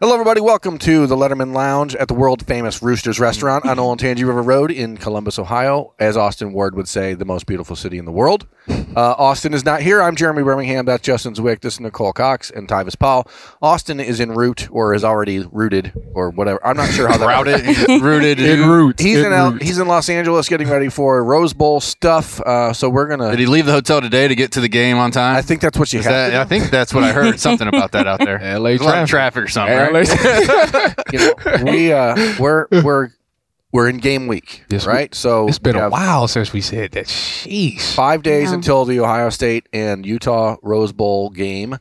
Hello, everybody. Welcome to the Letterman Lounge at the world famous Roosters Restaurant on Olentangy River Road in Columbus, Ohio. As Austin Ward would say, the most beautiful city in the world. Uh, Austin is not here. I'm Jeremy Birmingham. That's Justin Zwick. This is Nicole Cox and Tyvis Paul. Austin is en route or is already rooted or whatever. I'm not sure how that routed, rooted in route. He's in, L- he's in Los Angeles getting ready for Rose Bowl stuff. Uh, so we're gonna. Did he leave the hotel today to get to the game on time? I think that's what you Is have. that- I think that's what I heard. Something about that out there. LA There's a lot of traffic. traffic or something. Yeah, right? like- you know, we uh, we're we're we're in game week, Yes, we- right? so it's been we a have while since we said that. Sheesh. Five days until the Ohio State and Utah Rose Bowl game.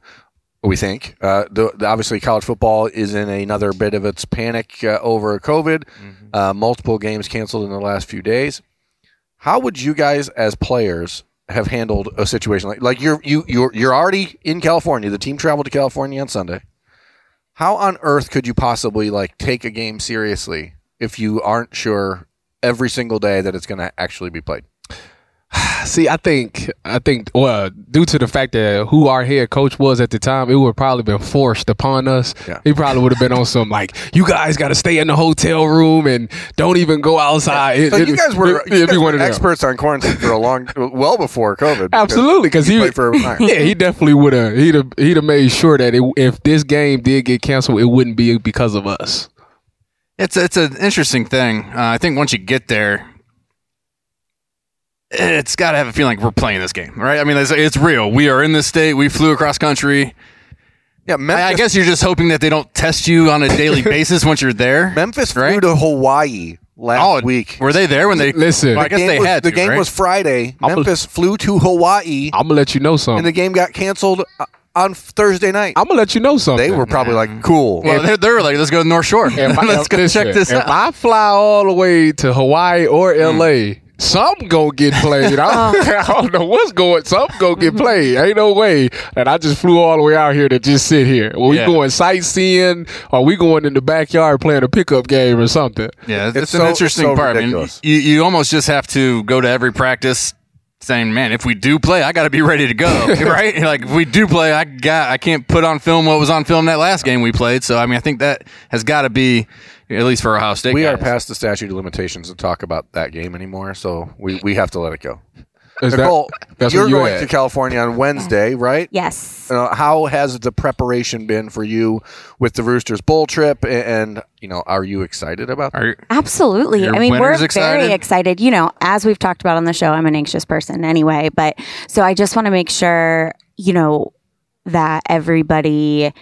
We think. Uh, the, the- obviously, college football is in another bit of its panic uh, over COVID. Uh, multiple games canceled in the last few days. How would you guys, as players, have handled a situation like like you're you you're you're already in California? The team traveled to California on Sunday. How on earth could you possibly like take a game seriously if you aren't sure every single day that it's going to actually be played? See, I think I think well, due to the fact that who our head coach was at the time, it would probably been forced upon us. Yeah. He probably would have been on some like, you guys got to stay in the hotel room and don't even go outside. Uh, It- So it- you guys were, it- you it'd be guys one were of them. experts on quarantine for a long, well before COVID. because Absolutely, because you he played for Irvine. yeah, he definitely would have. He'd have he'd have made sure that it, if this game did get canceled, it wouldn't be because of us. It's it's an interesting thing. Uh, I think once you get there, it's got to have a feeling like we're playing this game, right? I mean, it's, it's real. We are in this state. We flew across country. yeah. I, Memphis, I guess you're just hoping that they don't test you on a daily basis once you're there. Memphis right? Oh, flew to Hawaii last week. Were they there when they? Listen. well, I guess game they was, had the to, game right? was Friday. I'm a- Memphis flew to Hawaii, I'm gonna let you know something. and the game got canceled uh, on Thursday night. I'm gonna let you know something. They were probably like, "Cool." Well, they're, they're like, let's go to the North Shore. If I, let's go listen, check this if out. Mm. I fly all the way to Hawaii or LA, something gonna get played. I, don't- I don't know what's going. Something gonna get played. Ain't no way that I just flew all the way out here to just sit here. Well, we Yeah. going sightseeing, or we going in the backyard playing a pickup game or something. Yeah, it's, It's an so- interesting so part. ridiculous. I mean, you, you almost just have to go to every practice saying, "Man, if we do play, I got to be ready to go." right? Like if we do play, I got I can't put on film what was on film that last game we played. So I mean, I think that has got to be at least for Ohio State. we are guys. past the statute of limitations to talk about that game anymore, so we, we have to let it go. Is that- Nicole, that's you're where you going at. to California on Wednesday, right? Yes. you know, Uh, how has the preparation been for you with the Roosters Bowl trip? A- And, you know, are you excited about that? Are you- Absolutely. Your I mean, we're winner's excited? very excited. You know, as we've talked about on the show, I'm an anxious person anyway, but so I just want to make sure, you know, that everybody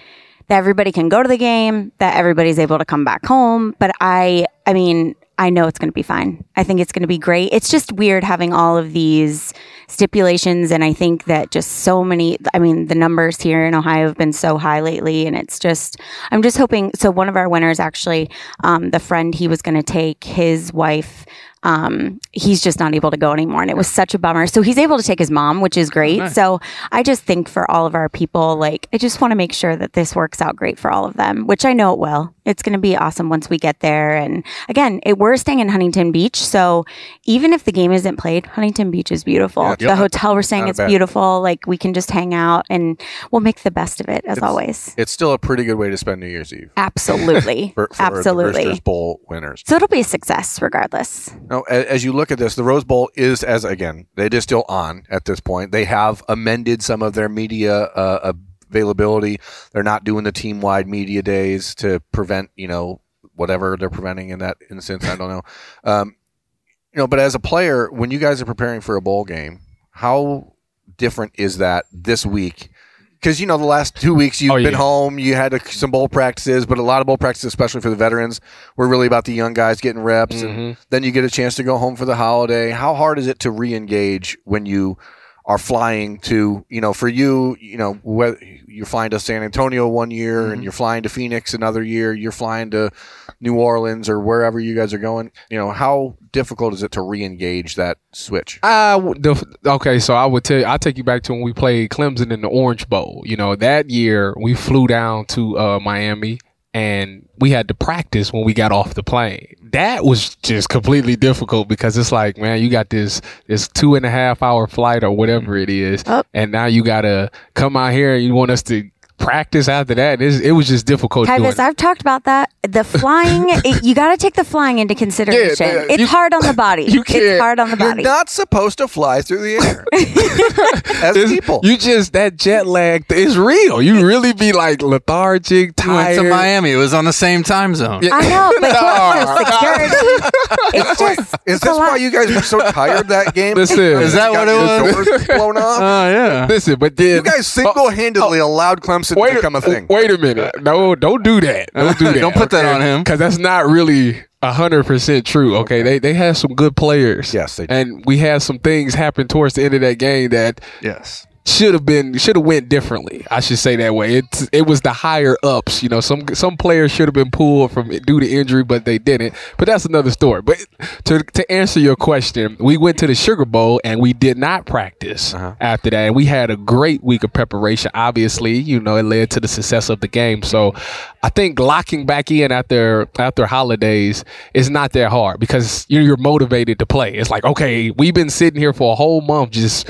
that everybody can go to the game, that everybody's able to come back home, but I I mean, I know it's going to be fine. I think it's going to be great. It's just weird having all of these stipulations and I think that just so many I mean, the numbers here in Ohio have been so high lately and it's just I'm just hoping so one of our winners actually um, the friend he was going to take his wife um, he's just not able to go anymore. And it was such a bummer. So he's able to take his mom, which is great. Oh, So I just think for all of our people, like, I just want to make sure that this works out great for all of them, which I know it will. It's going to be awesome once we get there. And again, it, we're staying in Huntington Beach. So even if the game isn't played, Huntington Beach is beautiful. Yeah, it's the not- hotel we're staying not a it's bad- beautiful. Like, we can just hang out and we'll make the best of it as always. It's still a pretty good way to spend New Year's Eve Absolutely. for, for the Roosters Absolutely. Bowl winners. So it'll be a success regardless. Now, a- as you look at this, the Rose Bowl is, as again, it is still on at this point. They have amended some of their media uh, uh, availability. They're not doing the team wide media days to prevent, you know, whatever they're preventing in that instance. I don't know. Um, you know, but as a player, when you guys are preparing for a bowl game, how different is that this week? Because you know, the last two weeks you've Oh, been yeah. home, you had a, some bowl practices, but a lot of bowl practices, especially for the veterans, were really about the young guys getting reps, Mm-hmm. and then you get a chance to go home for the holiday. How hard is it to re-engage when you are flying to, you know, for you, you know, whether you're flying to San Antonio one year Mm-hmm. and you're flying to Phoenix another year, you're flying to New Orleans or wherever you guys are going, you know, how difficult is it to re-engage that switch? I w- the, okay, so I would tell you, I'll take you back to when we played Clemson in the Orange Bowl. You know, that year we flew down to uh, Miami and we had to practice when we got off the plane. That was just completely difficult because it's like, man, you got this this two and a half hour flight or whatever it is, and now you gotta come out here and you want us to practice after that. It's, it was just difficult. doing Tyvis, I've talked about that. The flying, it, you got to take the flying into consideration. yeah, it's you- hard on the body. you It's can't- hard on the body. You're not supposed to fly through the air as It's- people. You just that jet lag th- is real. You really be like lethargic, We went tired. to Miami. It was on the same time zone. I know, but No. security. It's just. Is it's a this why lot. you guys were so tired that game? Listen. Is that Got what it your doors blown Oh, Uh, off. yeah. Listen, but then You guys single-handedly allowed Clemson to become a thing. oh, Wait a minute. No, don't do that. Don't do that. Don't put that on him. Because that's not really hundred percent true. Okay? They they had some good players. Yes, they did. And we had some things happen towards the end of that game that Yes. should have been should have went differently. I should say that way. It it was the higher ups. You know, some some players should have been pulled from due to injury, but they didn't. But that's another story. But to to answer your question, we went to the Sugar Bowl and we did not practice after that. And we had a great week of preparation. Obviously, you know, it led to the success of the game. So I think locking back in after after holidays is not that hard because you're, you're motivated to play. It's like okay, we've been sitting here for a whole month just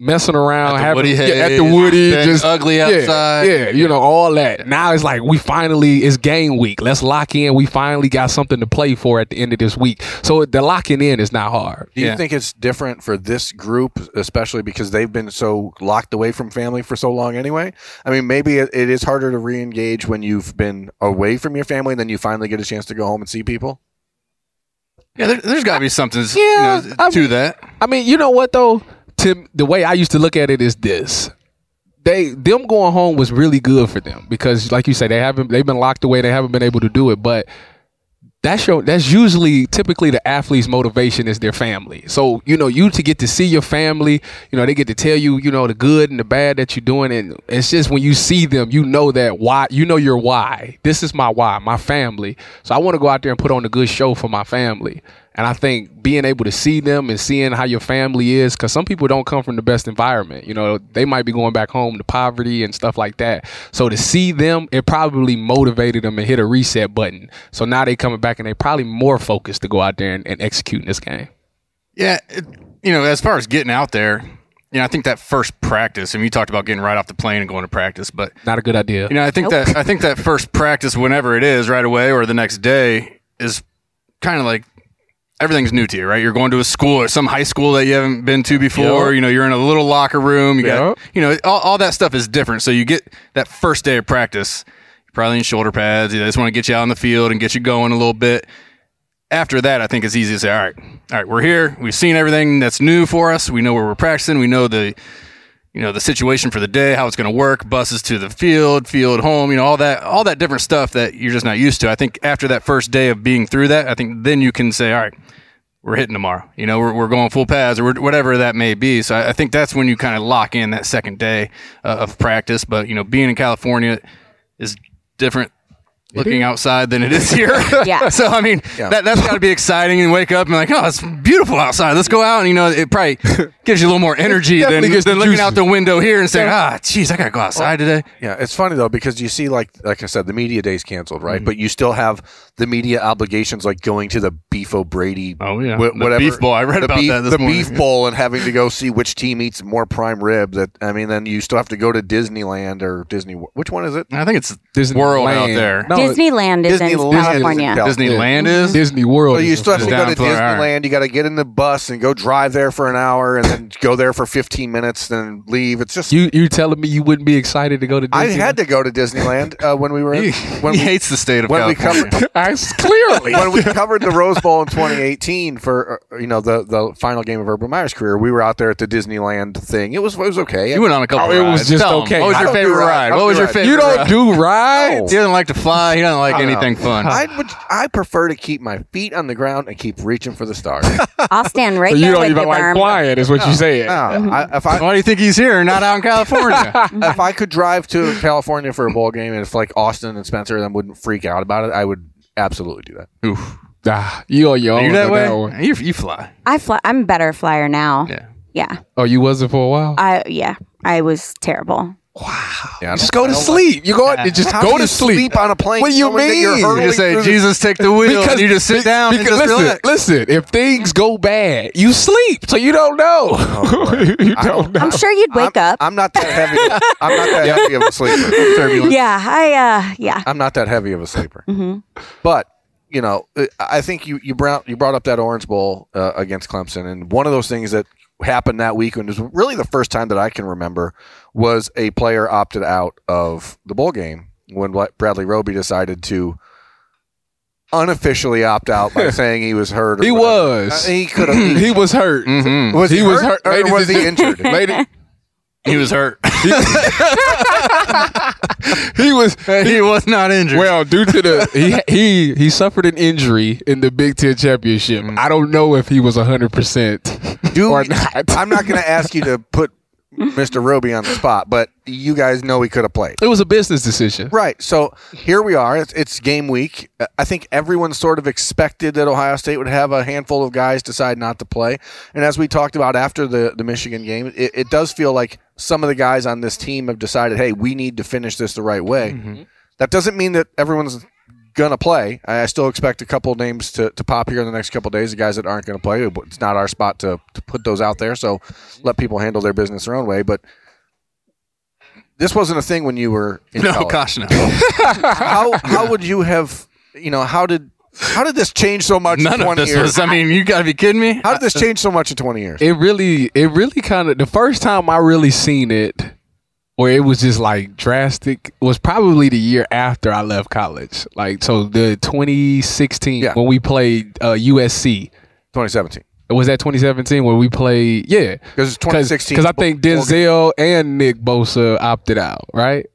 messing around, At the having Woody yeah, at Hayes, the Woody, been just ugly yeah, outside. Yeah, you know all that. Now it's like we finally it's game week. Let's lock in. We finally got something to play for at the end of this week. So the locking in is not hard. Do you Yeah. think it's different for this group, especially because they've been so locked away from family for so long anyway? I mean, maybe it, it is harder to re-engage when you've been away from your family and then you finally get a chance to go home and see people. Yeah, there, there's got to be something you Yeah, know, I to mean- that. I mean, you know what though, Tim? The way I used to look at it is this: they them going home was really good for them because, like you say, they haven't they've been locked away, they haven't been able to do it, but. That's your. That's usually typically the athlete's motivation is their family. So you know you to get to see your family. You know they get to tell you you know the good and the bad that you're doing, and it's just when you see them, you know that why. You know your why. This is my why, my family. So I want to go out there and put on a good show for my family. And I think being able to see them and seeing how your family is, because some people don't come from the best environment. You know, they might be going back home to poverty and stuff like that. So to see them, it probably motivated them and hit a reset button. So now they coming back and they probably more focused to go out there and, and execute in this game. Yeah, it, you know, as far as getting out there, you know, I think that first practice, and you talked about getting right off the plane and going to practice, but Not a good idea. you know, I think that I think that first practice, whenever it is, right away or the next day, is kind of like everything's new to you, right? You're going to a school or some high school that you haven't been to before. You know, you're in a little locker room. You got, you know, all, all that stuff is different. So you get that first day of practice, you're probably in shoulder pads. They just want to get you out on the field and get you going a little bit. After that, I think it's easy to say, all right, all right, we're here. We've seen everything that's new for us. We know where we're practicing. We know the you know the situation for the day, how it's going to work, buses to the field, field home, you know all that all that different stuff that you're just not used to. I think after that first day of being through that, I think then you can say, all right, we're hitting tomorrow. You know, we're, we're going full pads or we're, whatever that may be. So I, I think that's when you kind of lock in that second day uh, of practice. But you know, being in California is different. Looking outside than it is here. Yeah. so I mean, that that's got to be exciting and wake up and like, oh, it's beautiful outside. Let's go out and you know, it probably gives you a little more energy than, definitely gets than the looking juices. out the window here and saying, "Ah, geez, I gotta go outside today." Yeah, it's funny though because you see, like like I said, the media day's canceled, right? Mm-hmm. But you still have the media obligations, like going to the Beef O'Brady. Oh, yeah. wh- The Beef Bowl. I read the about beef, that this the morning. Beef Bowl and having to go see which team eats more prime rib. That I mean, then you still have to go to Disneyland or Disney. Which one is it? I think it's Disney world out land. there. No, Disneyland is in Disneyland is in California. Cal- Disneyland is Disney World. So Oh, you is still have to in go down to for an hour. Disneyland. You got to get in the bus and go drive there for an hour, and then go there for 15 minutes, then leave. It's just You you telling me you wouldn't be excited to go to? Disney? I had to go to Disneyland uh, when we were in, when he we, hates the state of when we California. covered I s- clearly. when we covered the Rose Bowl in 2018 for uh, you know the the final game of Urban Meyer's career. We were out there at the Disneyland thing. It was it was okay. you went on a couple. Oh, it was rides. just Tell him. okay. What was I your don't do favorite rides. ride? I What don't was do your rides. favorite? you don't ride? do rides. He doesn't like to fly. He doesn't like anything fun. I would I prefer to keep my feet on the ground and keep reaching for the stars. no, I'll stand right So you there don't with even you, like Berm. flying, is what you saying. I, if I Why do you think he's here, and not out in California? if I could drive to California for a bowl game and if like Austin and Spencer then wouldn't freak out about it, I would absolutely do that. Oof. Nah, you on your Are own. you that on way? one. You, you fly. I fly. I'm a better flyer now. Yeah. Yeah. Oh, you wasn't for a while. I yeah. I was terrible. Yeah, I just don't- go I to don't sleep. You go out. Just How go do to you sleep. sleep on a plane What do you knowing that mean? you're hurtling You just say, through the- "Jesus, take the wheel," and you just sit be- down and because- just listen, relax. listen. If things go bad, you sleep, so you don't know. Oh, you don't know. I'm sure you'd wake I'm, up. I'm not that heavy. I'm not that heavy of a sleeper. yeah. I uh. Yeah. I'm not that heavy of a sleeper. Mm-hmm. But you know, I- I think you you brought you brought up that Orange Bowl uh, against Clemson, and one of those things that happened that week, and it was really the first time that I can remember, was a player opted out of the bowl game when Bla- Bradley Roby decided to unofficially opt out by saying he was hurt. or He whatever. was. Uh, he could have. he was hurt. Was he, He was hurt, hurt. or Ladies was and he injured? Lady, He was hurt. he was. he was not injured. Well, due to the he he he suffered an injury in the Big Ten championship. Mm. I don't know if he was hundred percent Do or we- not. I'm not going to ask you to put Mr. Roby on the spot, but you guys know he could have played. It was a business decision. Right. So here we are. It's, it's game week. Uh, I think everyone sort of expected that Ohio State would have a handful of guys decide not to play. And as we talked about after the, the Michigan game, it, it does feel like some of the guys on this team have decided, hey, we need to finish this the right way. That doesn't mean that everyone's going to play. I, I still expect a couple names to, to pop here in the next couple days, the guys that aren't going to play. It's not our spot to, to put those out there. So let people handle their business their own way. But this wasn't a thing when you were in no, college gosh, no. how how would you have you know how did how did this change so much in None of 20 this years was. I mean, you got to be kidding me. how did this change so much in 20 years It really, it really kind of the first time I really seen it, where it was just like drastic, was probably the year after I left college. Like so, the 2016 Yeah. when we played uh, USC. 2017 Was that 2017 where we played? Yeah, 'Cause it's 2016 Because I think bowl game. Denzel and Nick Bosa opted out, right?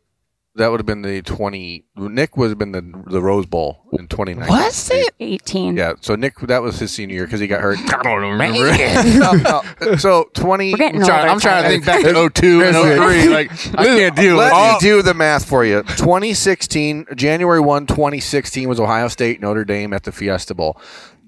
that would have been the 20 nick would have been the, the rose bowl in 2019 Was it? Eighteen. yeah so nick that was his senior year because he got hurt I don't remember. No, no. so 20 We're getting I'm trying, older, I'm trying to Tyler. think back to 02 and 03. Like, I can't deal with let it. me do the math for you 2016 january 1 2016 was ohio state notre dame at the fiesta bowl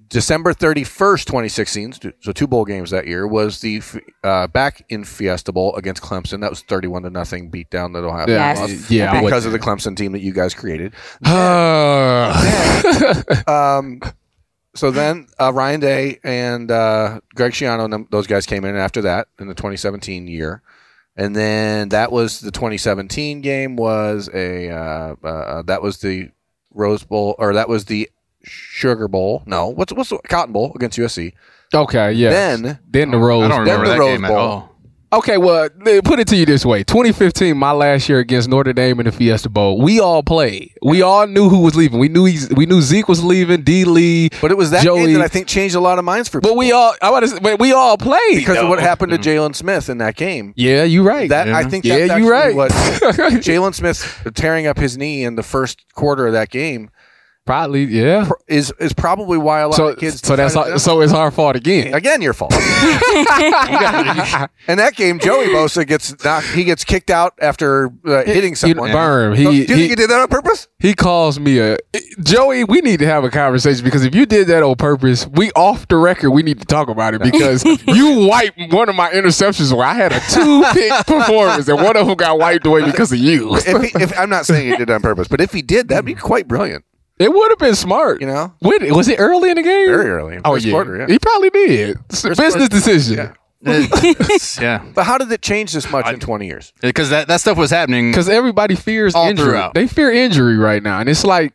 december 31st 2016 so two bowl games that year was the f- uh, back in fiesta bowl against clemson that was 31 to nothing beat down that ohio Yeah, Yes. state lost yeah. I because wasn't of the clemson team that you guys created Uh, um, so then uh, Ryan Day and uh, Greg Schiano and them, those guys came in after that in the 2017 year, and then that was the 2017 game was a uh, uh, that was the Rose Bowl or that was the Sugar Bowl. No, what's what's the Cotton Bowl against USC? okay, yeah. Then- then the Rose. I don't Then remember the that Rose game Bowl. at all. Okay, well, th- put it to you this way: 2015, my last year against Notre Dame in the Fiesta Bowl, we all played. We all knew who was leaving. We knew he's, we knew Zeke was leaving, D. Lee, But it was that Joey. game that I think changed a lot of minds for people But we all, I want to, but we all Mm-hmm. played because of what happened to Jalen Smith in that game. Yeah, you're right. That I think Yeah, that's you're actually right. what Jalen Smith tearing up his knee in the first quarter of that game Probably, yeah. pr- is is probably why a lot So, of kids. so that's decided our, to- so it's our fault again. again your fault. and that game, Joey Bosa gets knocked. He gets kicked out after uh, hitting You someone. know, Berm, So, do he, you think he he did that on purpose? he calls me a Joey. We need to have a conversation because if you did that on purpose, we off the record. We need to talk about it because you wiped one of my interceptions where I had a two pick performance and one of them got wiped away because of you. If, he, if I'm not saying he did it on purpose, but if he did, that'd be quite brilliant. It would have been smart, You know? When, was it early in the game? Very early. Oh First yeah. quarter, yeah. he probably did. It's a business decision It's- yeah. But how did it change this much in 20 years? Because that, that stuff was happening. because everybody fears All injury. throughout. They fear injury right now, and it's like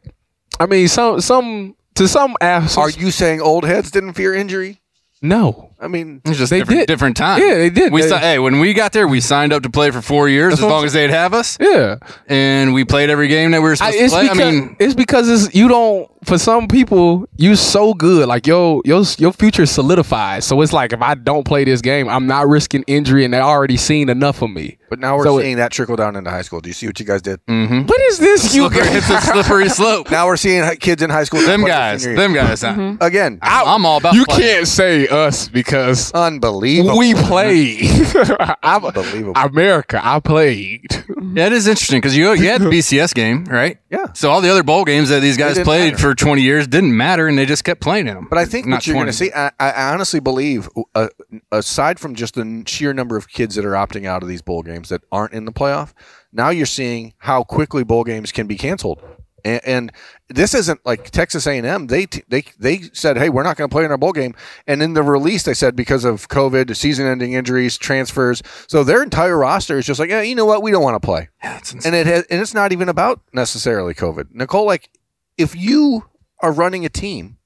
I mean, some some to some assholes. Are you saying old heads didn't fear injury? no? I mean, It's just They different, did. different time. Yeah, they did. We They- si- hey, when we got there, we signed up to play for four years as what long I'm as they'd have us, Yeah, and we played every game that we were I, supposed to it's, play. because, I mean, it's because it's you don't. For some people, you so good, like yo, your your future is solidified. So it's like if I don't play this game, I'm not risking injury, and they already seen enough of me. but now we're So it- Mm. seeing that trickle down into high school. Do you see what you guys did? What is this? You look, it's Hmm? a slippery slope. Now we're seeing hi- kids in high school. them What's their guys, senior year? them guys. I- again. I'm all about. you play. can't say us because Unbelievable. we played. I'm, Unbelievable. America, I played. Yeah, it is interesting because you, you had the BCS game, right? Yeah. So all the other bowl games that these guys didn't played matter. for 20 years didn't matter, and they just kept playing in them. But I think Not what you're going to 20. see, I, I honestly believe, uh, aside from just the n- sheer number of kids that are opting out of these bowl games that aren't in the playoff, now you're seeing how quickly bowl games can be canceled. And, and this isn't like Texas A&M. They t- they they said, "Hey, we're not going to play in our bowl game." And in the release, they said because of COVID, season-ending injuries, transfers. So their entire roster is just like, "Yeah, you know what? We don't want to play." and it has, and it's not even about necessarily COVID. Nicole, like, if you are running a team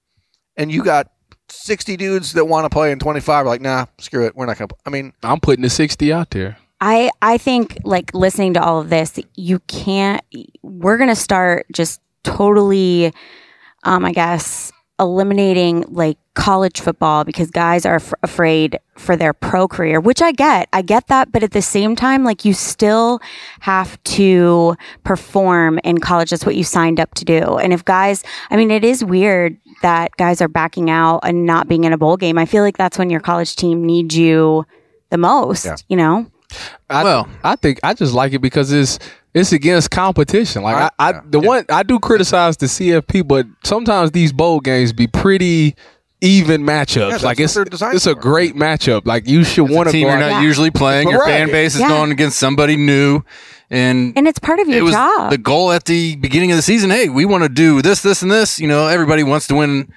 and you got 60 dudes that want to play and 25 are like, nah, screw it. We're not going to. I mean, I'm putting the sixty out there. I I think like listening to all of this, you can't. We're gonna start just totally, um, I guess, eliminating like college football because guys are af- afraid for their pro career, which I get. I get that, but at the same time, like you still have to perform in college. That's what you signed up to do. And if guys, I mean, it is weird that guys are backing out and not being in a bowl game. I feel like that's when your college team needs you the most. You know. I, Well- I think I just like it because it's it's against competition. Like I, I, the one I do criticize the CFP, but sometimes these bowl games be pretty even matchups. that's like what it's they're designed it's a for. great matchup. Like you should want to team go. you're out- not usually playing. Your Right. fan base is Yeah. going against somebody new, and And it's part of your it was job. the goal at the beginning of the season. Hey, we want to do this, this, and this. You know, everybody wants to win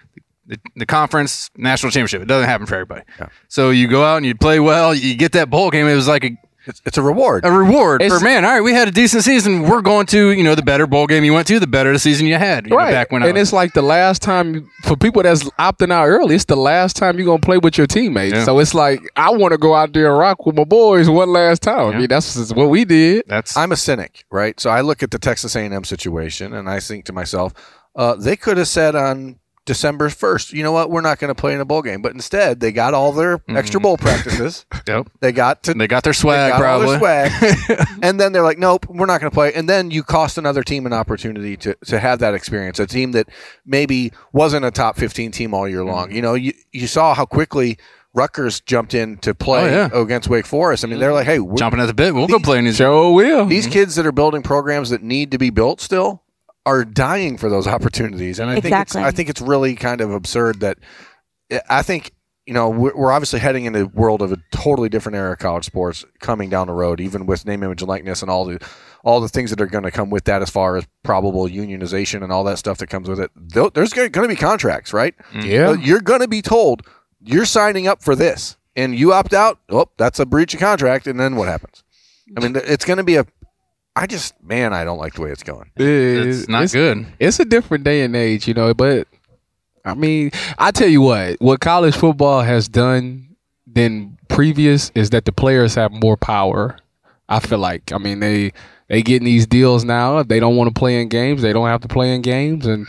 the, the conference national championship. It doesn't happen for everybody. So you go out and you play well. You get that bowl game. It was like a it's, it's a reward. a reward It's- for man. All right, we had a decent season. We're going to you know the better bowl game you went to, the better the season you had. You know, Right, back when and I was, it's like the last time for people that's opting out early. It's the last time you're gonna play with your teammates. Yeah. So it's like I want to go out there and rock with my boys one last time. I mean, that's just what we did. that's I'm a cynic, right? So I look at the Texas A&M situation and I think to myself, uh, they could have said on December 1st, you know what? We're not going to play in a bowl game. But instead, they got all their extra bowl practices. Yep. Mm-hmm. They got to they got their swag got all probably. their swag. and then they're like, nope, we're not going to play. And then you cost another team an opportunity to, to have that experience. A team that maybe wasn't a top 15 team all year Mm-hmm. long. You know, you, you saw how quickly Rutgers jumped in to play Oh, yeah. against Wake Forest. I mean, they're like, hey, we're, Jumping at the bit, we'll go play in these. Joe Oh. will. these kids that are building programs that need to be built still are dying for those opportunities. And I Exactly. think it's, I think it's really kind of absurd that I think you know we're, we're obviously heading into a world of a totally different era of college sports coming down the road, even with name, image, and likeness and all the all the things that are going to come with that, as far as probable unionization and all that stuff that comes with it. Tho- There's going to be contracts, right? Yeah. Uh, You're going to be told you're signing up for this, and you opt out. Oh, that's a breach of contract, and then what happens? I mean, th- it's going to be a. I just man, I don't like the way it's going. It's not good. it's a different day and age, you know. But I mean, I tell you what, what college football has done than previous is that the players have more power. I feel like, I mean, they they getting these deals now. If they don't want to play in games, they don't have to play in games. And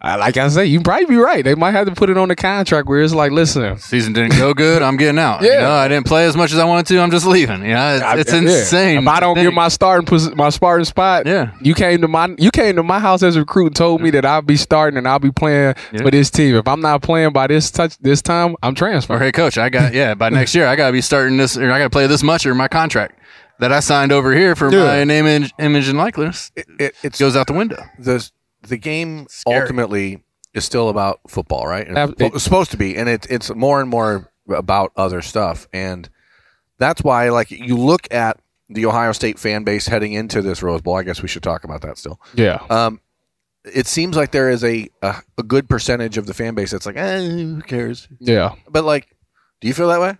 I, like I say, you probably be right. They might have to put it on the contract where it's like, listen, Season didn't go good. I'm getting out. Yeah. You know, I didn't play as much as I wanted to. I'm just leaving. Yeah, I- it's, it's yeah. insane. If I don't Thank- get my starting posi- my starting spot, Yeah. you came to my you came to my house as a recruit and told me that I'll be starting and I'll be playing for this team. If I'm not playing by this touch this time, I'm or transferring. hey coach, I got yeah. By next year, I gotta be starting this, or I gotta play this much, or my contract that I signed over here for my name, image, image and likeness It, it's goes out the window. the the game Scary. ultimately is still about football, right? And Ab- it's fu- supposed to be, and it, it's more and more about other stuff, and that's why, like, you look at the Ohio State fan base heading into this Rose Bowl. I guess we should talk about that still. Yeah. Uh, Um, it seems like there is a, a a good percentage of the fan base that's like, eh, who cares? Yeah. But like, do you feel that way?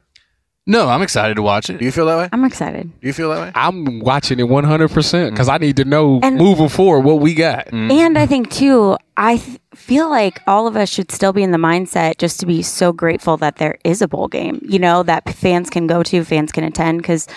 No, I'm excited to watch it. Do you feel that way? I'm excited. Do you feel that way? I'm watching it 100% mm. because I need to know And- moving forward what we got. And I think too, I th- feel like all of us should still be in the mindset just to be so grateful that there is a bowl game, you know, that fans can go to, fans can attend. Cause,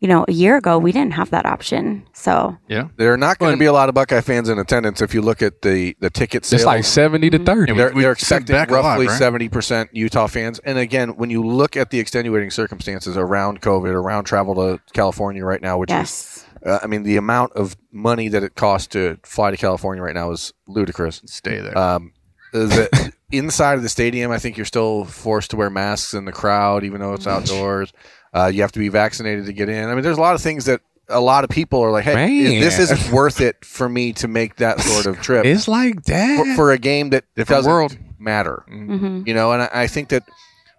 you know, a year ago, we didn't have that option. So Yeah. There are not going to be a lot of Buckeye fans in attendance if you look at the the ticket sales. It's like 70 to 30. Yeah, they're, we they're sent expecting back a lot, roughly right? seventy percent Utah fans. And again, when you look at the extenuating circumstances around COVID, around travel to California right now, which yes, is, uh, I mean, the amount of money that it costs to fly to California right now is ludicrous. Stay there. Um, the inside of the stadium, I think you're still forced to wear masks in the crowd, even though it's Mm. outdoors. Uh, you have to be vaccinated to get in. I mean, there's a lot of things that a lot of people are like, "Hey, is- this Man. isn't worth it for me to make that sort of trip." It's like that. for, for a game that Different doesn't world. matter. You know, and I, I think that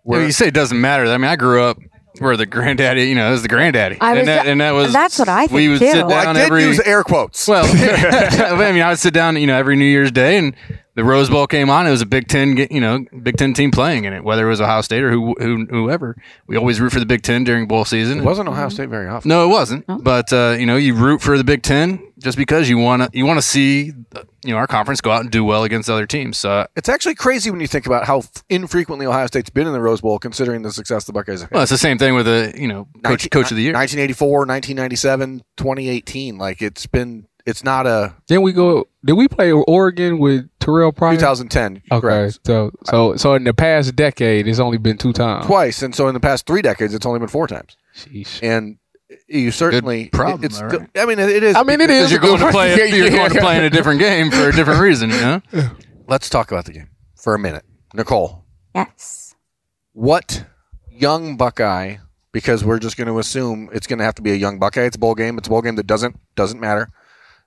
Well, we're you say it doesn't matter. I mean, I grew up where the granddaddy, you know, it was the granddaddy, I and was- that and that was that's what I We think, would too. sit Well, I down I did every use air quotes. well. I mean, I would sit down, you know, every New Year's Day, and the Rose Bowl came on. It was a Big Ten, ge- you know, Big Ten team playing in it, whether it was Ohio State or who, who whoever. We always root for the Big Ten during bowl season. it wasn't Ohio State very often. No, it wasn't. But uh, you know, you root for the Big Ten just because you want to. You want to see, uh, you know, our conference go out and do well against other teams. So uh, It's actually crazy when you think about how f- infrequently Ohio State's been in the Rose Bowl, considering the success the Buckeyes have had. well, it's the same thing with the you know coach 19 coach of the year. 1984, 1997, 2018. Like it's been, it's not a Then we go. Did we play Oregon with Terrell Pryor? 2010. Okay, Correct. so so so in the past decade, it's only been two times. Twice, and so in the past three decades, it's only been four times. Sheesh. And you certainly, problem, it's, though, right? I mean, it is. I mean, it Because is you're a good going to play, one. Yeah, you're yeah. going to play in a different game for a different reason. You know, Let's talk about the game for a minute, Nicole. yes. what young Buckeye? Because we're just going to assume it's going to have to be a young Buckeye. It's a bowl game. It's a bowl game that doesn't doesn't matter.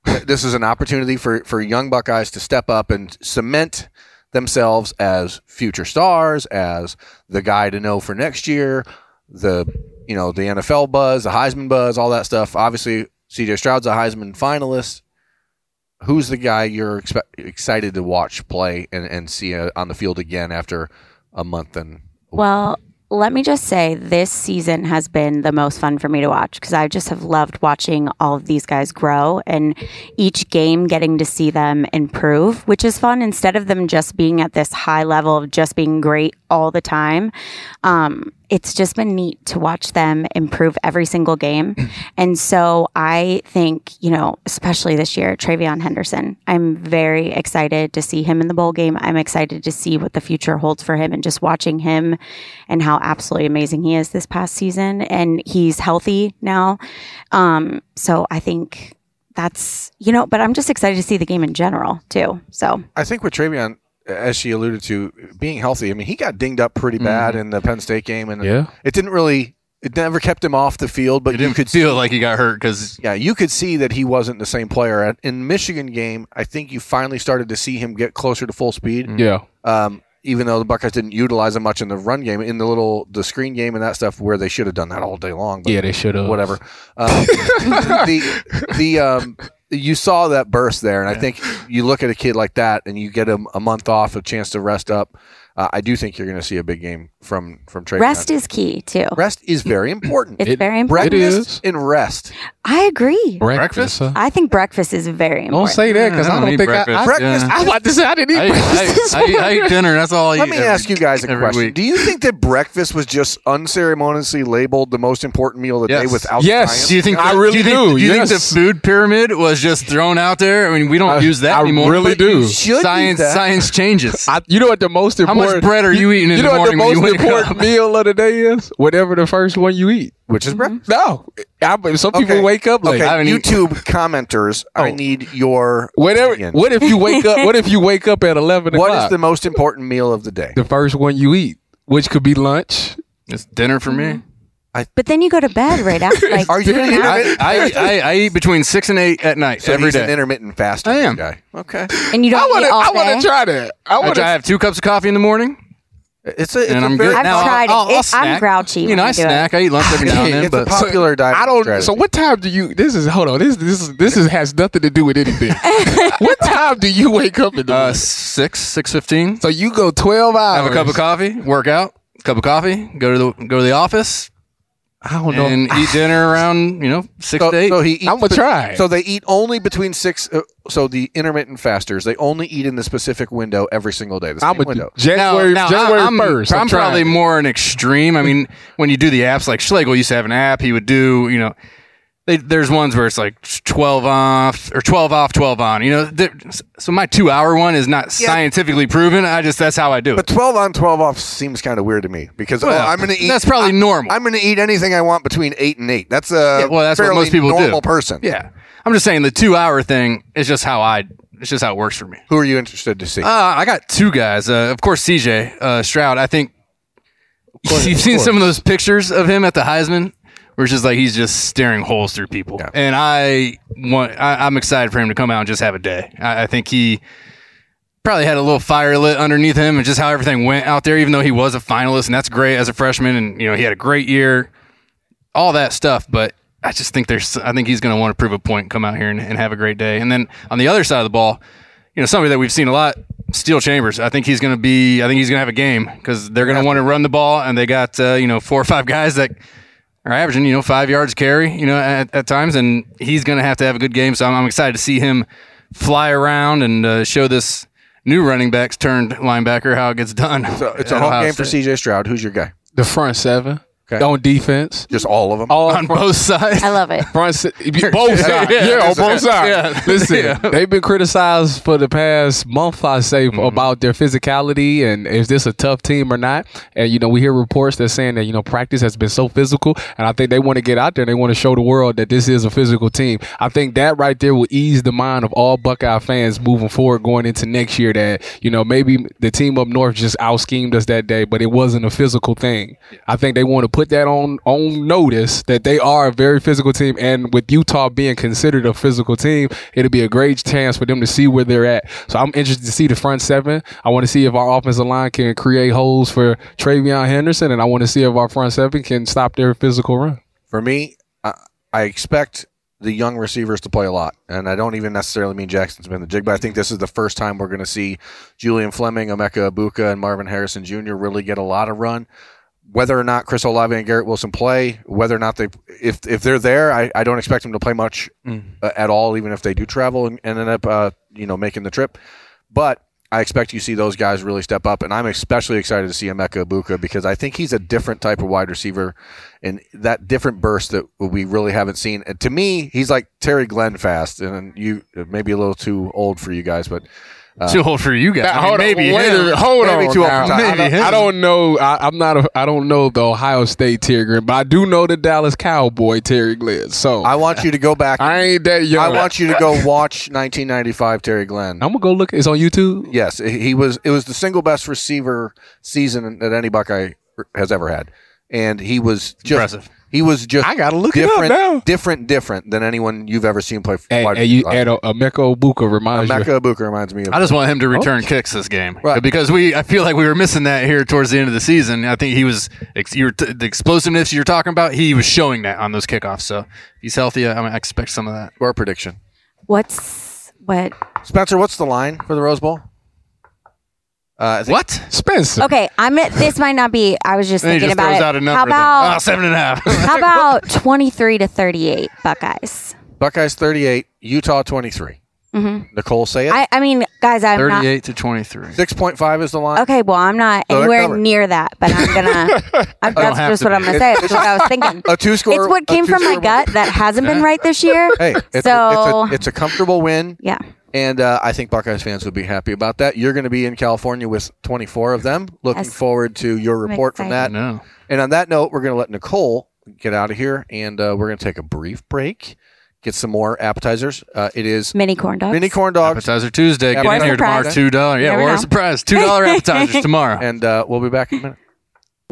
this is an opportunity for for young Buckeyes to step up and cement themselves as future stars, as the guy to know for next year. The you know the NFL buzz, the Heisman buzz, all that stuff. Obviously, CJ Stroud's a Heisman finalist. Who's the guy you're expe- excited to watch play and, and see uh, on the field again after a month and Well, let me just say this season has been the most fun for me to watch because I just have loved watching all of these guys grow and each game getting to see them improve, which is fun instead of them just being at this high level of just being great all the time. Um, it's just been neat to watch them improve every single game. And so I think, you know, especially this year, Travion Henderson, I'm very excited to see him in the bowl game. I'm excited to see what the future holds for him and just watching him and how absolutely amazing he is this past season. And he's healthy now. Um, so I think that's, you know, but I'm just excited to see the game in general too. So I think with Travion, as she alluded to, being healthy, I mean, he got dinged up Mm-hmm. pretty bad in the Penn State game, and Yeah. it didn't really, it never kept him off the field, but you you, didn't could feel like you got hurt because yeah, you could see that he wasn't the same player. At- In Michigan game, I think you finally started to see him get closer to full speed. Mm-hmm. Yeah. Um, even though the Buckeyes didn't utilize him much in the run game, in the little the screen game and that stuff, where they should have done that all day long. But Yeah, they should have. whatever. Um, the the um, you saw that burst there, and I think you look at a kid like that, and you get him a month off, a chance to rest up. Uh, I do think you're going to see a big game from from Trey. rest Mann. is key too. rest is very important. It's It- very important. Breakfast It is. and rest. I agree. Breakfast. Uh-huh. huh? I think breakfast is very important. Don't say that because Yeah, I I don't don't eat think I. I, breakfast. Breakfast- I was about to say I didn't eat I, breakfast. I, I, I eat dinner. That's all. I Let eat me every- ask you guys a every question. week. Do you think that breakfast was just unceremoniously labeled the most important meal of the Yes. day without Yes. science? Do you think I the- do? really You think, do, do you think yes. the food pyramid was just thrown out there? I mean, we don't I- use that I anymore. really but do. you You should use Science that. science changes. I- you know what the most much important bread are you eating in You the know what the morning when you most wake important up? meal of the day is? Whatever the first one you eat. Which is breakfast. No, I, but Mm-hmm. some people wake up late. Okay, I Oh. haven't YouTube commenters, I need your Whatever. opinion. What if you wake up? What if you wake up at eleven What o'clock? is the most important meal of the day? the first one you eat, which could be lunch. It's dinner for me. But then you go to bed right after. Like, Are you an I, intermittent? I, I, I eat between six and eight at night so every he's day. an intermittent fasting I am. guy. Okay, and you don't I want eat to. all I want day. to try that. I I, want I to. have two cups of coffee in the morning, it's a it's and a I'm very- good. I've now I'll- tried it. I'll- I'll It- I'm snack. grouchy You when know, I I do it. snack. I eat lunch every now and then, it's a but popular diet. I don't. strategy. So what time do you? This is hold on. This this this is, has nothing to do with anything. what time do you wake up in the uh, morning? six six fifteen. So you go twelve hours. Have a cup of coffee, work out, cup of coffee, go to the go to the office, I don't know. and eat dinner around you know six to eight. so he eats I'ma bet- try. So they eat only between six. Uh, so the intermittent fasters, they only eat in the specific window every single day. The same I'm a window. January now, January I'm, first. I'm, I'm, trying. probably more an extreme. I mean, when you do the apps, like Schlegel used to have an app, he would do, you know, they, there's ones where it's like 12 off or 12 off, 12 on, you know. There, so my two hour one is not scientifically proven. I just, that's how I do it. But twelve on, twelve off seems kind of weird to me because oh, Well, I'm going to eat. that's probably I- normal. I'm going to eat anything I want between eight and eight. That's a Yeah, well, that's what fairly most people do. normal person. yeah. I'm just saying the two hour thing is just how I, it's just how it works for me. Who are you interested to see? Uh, I got two guys. Uh, of course, CJ uh, Stroud. I think you've seen some of those pictures of him at the Heisman, where it's just like he's just staring holes through people. And I want, I, I'm excited for him to come out and just have a day. I, I think he probably had a little fire lit underneath him, and just how everything went out there. Even though he was a finalist, and that's great as a freshman, and you know he had a great year, all that stuff. But I just think there's, I think he's going to want to prove a point, come out here and, and have a great day. And then on the other side of the ball you know somebody that we've seen a lot steel chambers i think he's going to be i think he's going to have a game because they're going to want to run the ball and they got uh, you know four or five guys that are averaging you know five yards carry you know at, at times and he's going to have to have a good game so i'm, I'm excited to see him fly around and uh, show this new running backs turned linebacker how it gets done so Uh, it's a at home Ohio game for State. CJ Stroud. Who's your guy? the front seven Okay. on defense. Just all of them. All on both sides I love it. front se- both sides. Yeah. Yeah, on both sides. Yeah. Listen, Yeah. they've been criticized for the past month, I say, about their physicality and is this a tough team or not. And you know, we hear reports that saying that you know practice has been so physical, and I think they want to get out there and they want to show the world that this is a physical team. I think that right there will ease the mind of all Buckeye fans moving forward going into next year. That you know maybe the team up north just out schemed us that day, but it wasn't a physical thing. I think they want to put that on on notice that they are a very physical team, and with Utah being considered a physical team, it'll be a great chance for them to see where they're at. So I'm interested to see the front seven. I want to see if our offensive line can create holes for Travion Henderson, and I want to see if our front seven can stop their physical run. For me, I, I expect the young receivers to play a lot, and I don't even necessarily mean Jackson Smith and Jig, but I think this is the first time we're going to see Julian Fleming, Emeka Abuka, and Marvin Harrison Jr. really get a lot of run. Whether or not Chris Olave and Garrett Wilson play, whether or not they, if if they're there, I, I don't expect them to play much Mm. uh, at all, even if they do travel and, and end up, uh, you know, making the trip. But I expect you see those guys really step up, and I'm especially excited to see Emeka Ibuka because I think he's a different type of wide receiver, and that different burst that we really haven't seen. And to me, he's like Terry Glenn fast, and you maybe a little too old for you guys, but too old for you guys I mean, maybe wait him. a minute, hold Maybe on. too now. overtime. I, don't, I don't know. I, I'm not. A, I don't know the Ohio State Terry Glenn, but I do know the Dallas Cowboy Terry Glenn. So I I, want you to go back. I, ain't that young. want you to go watch 1995 Terry Glenn. I'm gonna go look. It's on YouTube. Yes, he he was. It was the single best receiver season that any Buckeye has ever had, and he was just, Impressive. He was just. I gotta look it up different, now. Different, different than anyone you've ever seen play. And, wide- and you, uh, and uh, Emeka Obuka reminds you. Emeka Ibuka reminds me of. I just want him to return kicks this game Right. because we I feel like we were missing that here towards the end of the season. I think he was ex- you were t- the explosiveness you're talking about. He was showing that on those kickoffs. So if he's healthy. I, I expect some of that. our prediction. What's what? Spencer, what's the line for the Rose Bowl? Uh, I think What? Spencer. Okay, I'm. at- This might not be. I was just And he thinking just about throws it. out a number. How then. about Ah, seven and a half? how about 23 to 38 Buckeyes? Buckeyes thirty-eight, Utah 23 Nicole, say it. Mm-hmm. I, I mean, guys, I'm not. Thirty-eight to twenty-three. Six point five is the line. Okay, well, I'm not they're anywhere covered. near that, but I'm gonna. I'm, that's have just to what I'm be. gonna say. That's what I was thinking. A two-score- It's what a came from my two-score gut that hasn't been right this year. Hey, it's, so a, it's, a, it's a comfortable win. yeah, And uh, I think Buckeyes fans would be happy about that. You're going to be in California with 24 of them. Looking Yes. forward to your report from that. excited. No. And on that note, we're going to let Nicole get out of here, and uh, we're going to take a brief break, get some more appetizers. Uh, it is mini corn dogs. mini corn dogs, Appetizer Tuesday. Get Or in here tomorrow. surprise. Two dollar. Yeah, Never or know. a surprise. Two dollar appetizers tomorrow. and uh, we'll be back in a minute.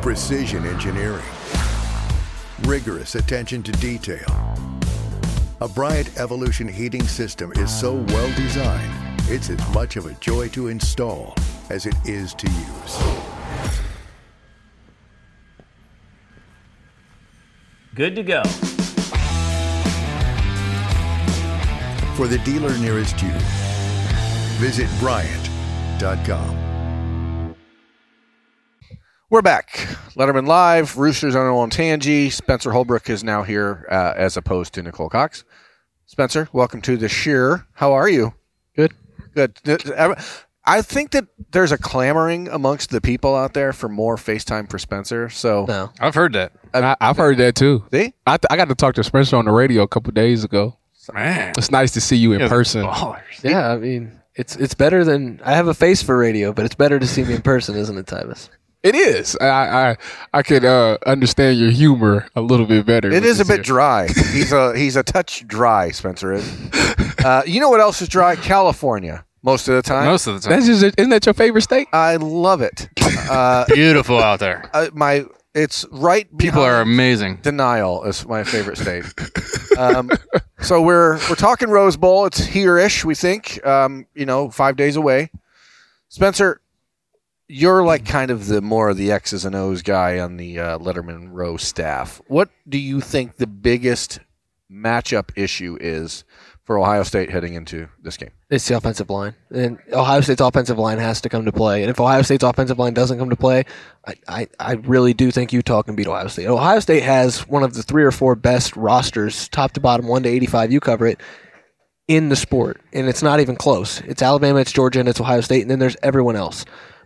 Precision Engineering. rigorous attention to detail. A Bryant Evolution heating system is so well designed, it's as much of a joy to install as it is to use. Good to go. For the dealer nearest you, visit Bryant.com. We're back. Letterman Live, Roosters owner on Tangi. Spencer Holbrook is now here uh, as opposed to Nicole Cox. Spencer, welcome to the Sheer. How are you? Good. Good. I think that there's a clamoring amongst the people out there for more FaceTime for Spencer. So I've heard that. I, I've heard that too. See? I, th- I got to talk to Spencer on the radio a couple days ago. Man. It's nice to see you in person. Yeah, I mean, it's it's better than I have a face for radio, but it's better to see me in person, isn't it, Tyvus? It is. I I, I could uh, understand your humor a little bit better. It with is a this bit here. dry. He's a he's a touch dry. Spencer is. Uh, you know what else is dry? California. Most of the time. Most of the time. That's just, isn't that your favorite state? I love it. Uh, Beautiful out there. uh, my it's right. People are amazing. Denial is my favorite state. um, so we're we're talking Rose Bowl. It's here-ish, we think. Um, you know, five days away. Spencer, you're like kind of the more of the X's and O's guy on the uh, Letterman Row staff. What do you think the biggest matchup issue is for Ohio State heading into this game? It's the offensive line, and Ohio State's offensive line has to come to play. And if Ohio State's offensive line doesn't come to play, I, I, I really do think Utah can beat Ohio State. Ohio State has one of the three or four best rosters, top to bottom, one to eighty-five. You cover it in the sport, and it's not even close. It's Alabama, it's Georgia, and it's Ohio State, and then there's everyone else.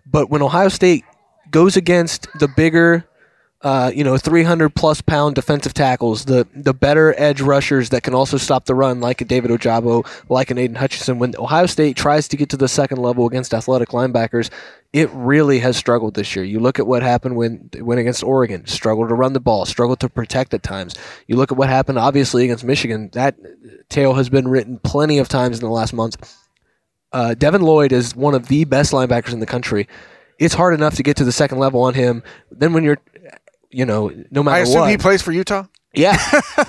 But when Ohio State goes against the bigger, uh, you know, 300 plus pound defensive tackles, the the better edge rushers that can also stop the run, like a David Ojabo, like an Aiden Hutchinson. When Ohio State tries to get to the second level against athletic linebackers, it really has struggled this year. You look at what happened when when against Oregon, struggled to run the ball, struggled to protect at times. You look at what happened, obviously, against Michigan. That tale has been written plenty of times in the last month. Uh, Devin Lloyd is one of the best linebackers in the country. It's hard enough to get to the second level on him. Then when you're, you know, no matter I assume what, he plays for Utah. yeah.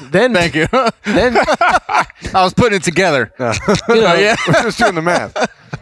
then thank you. then I was putting it together. You know, yeah, just doing the math.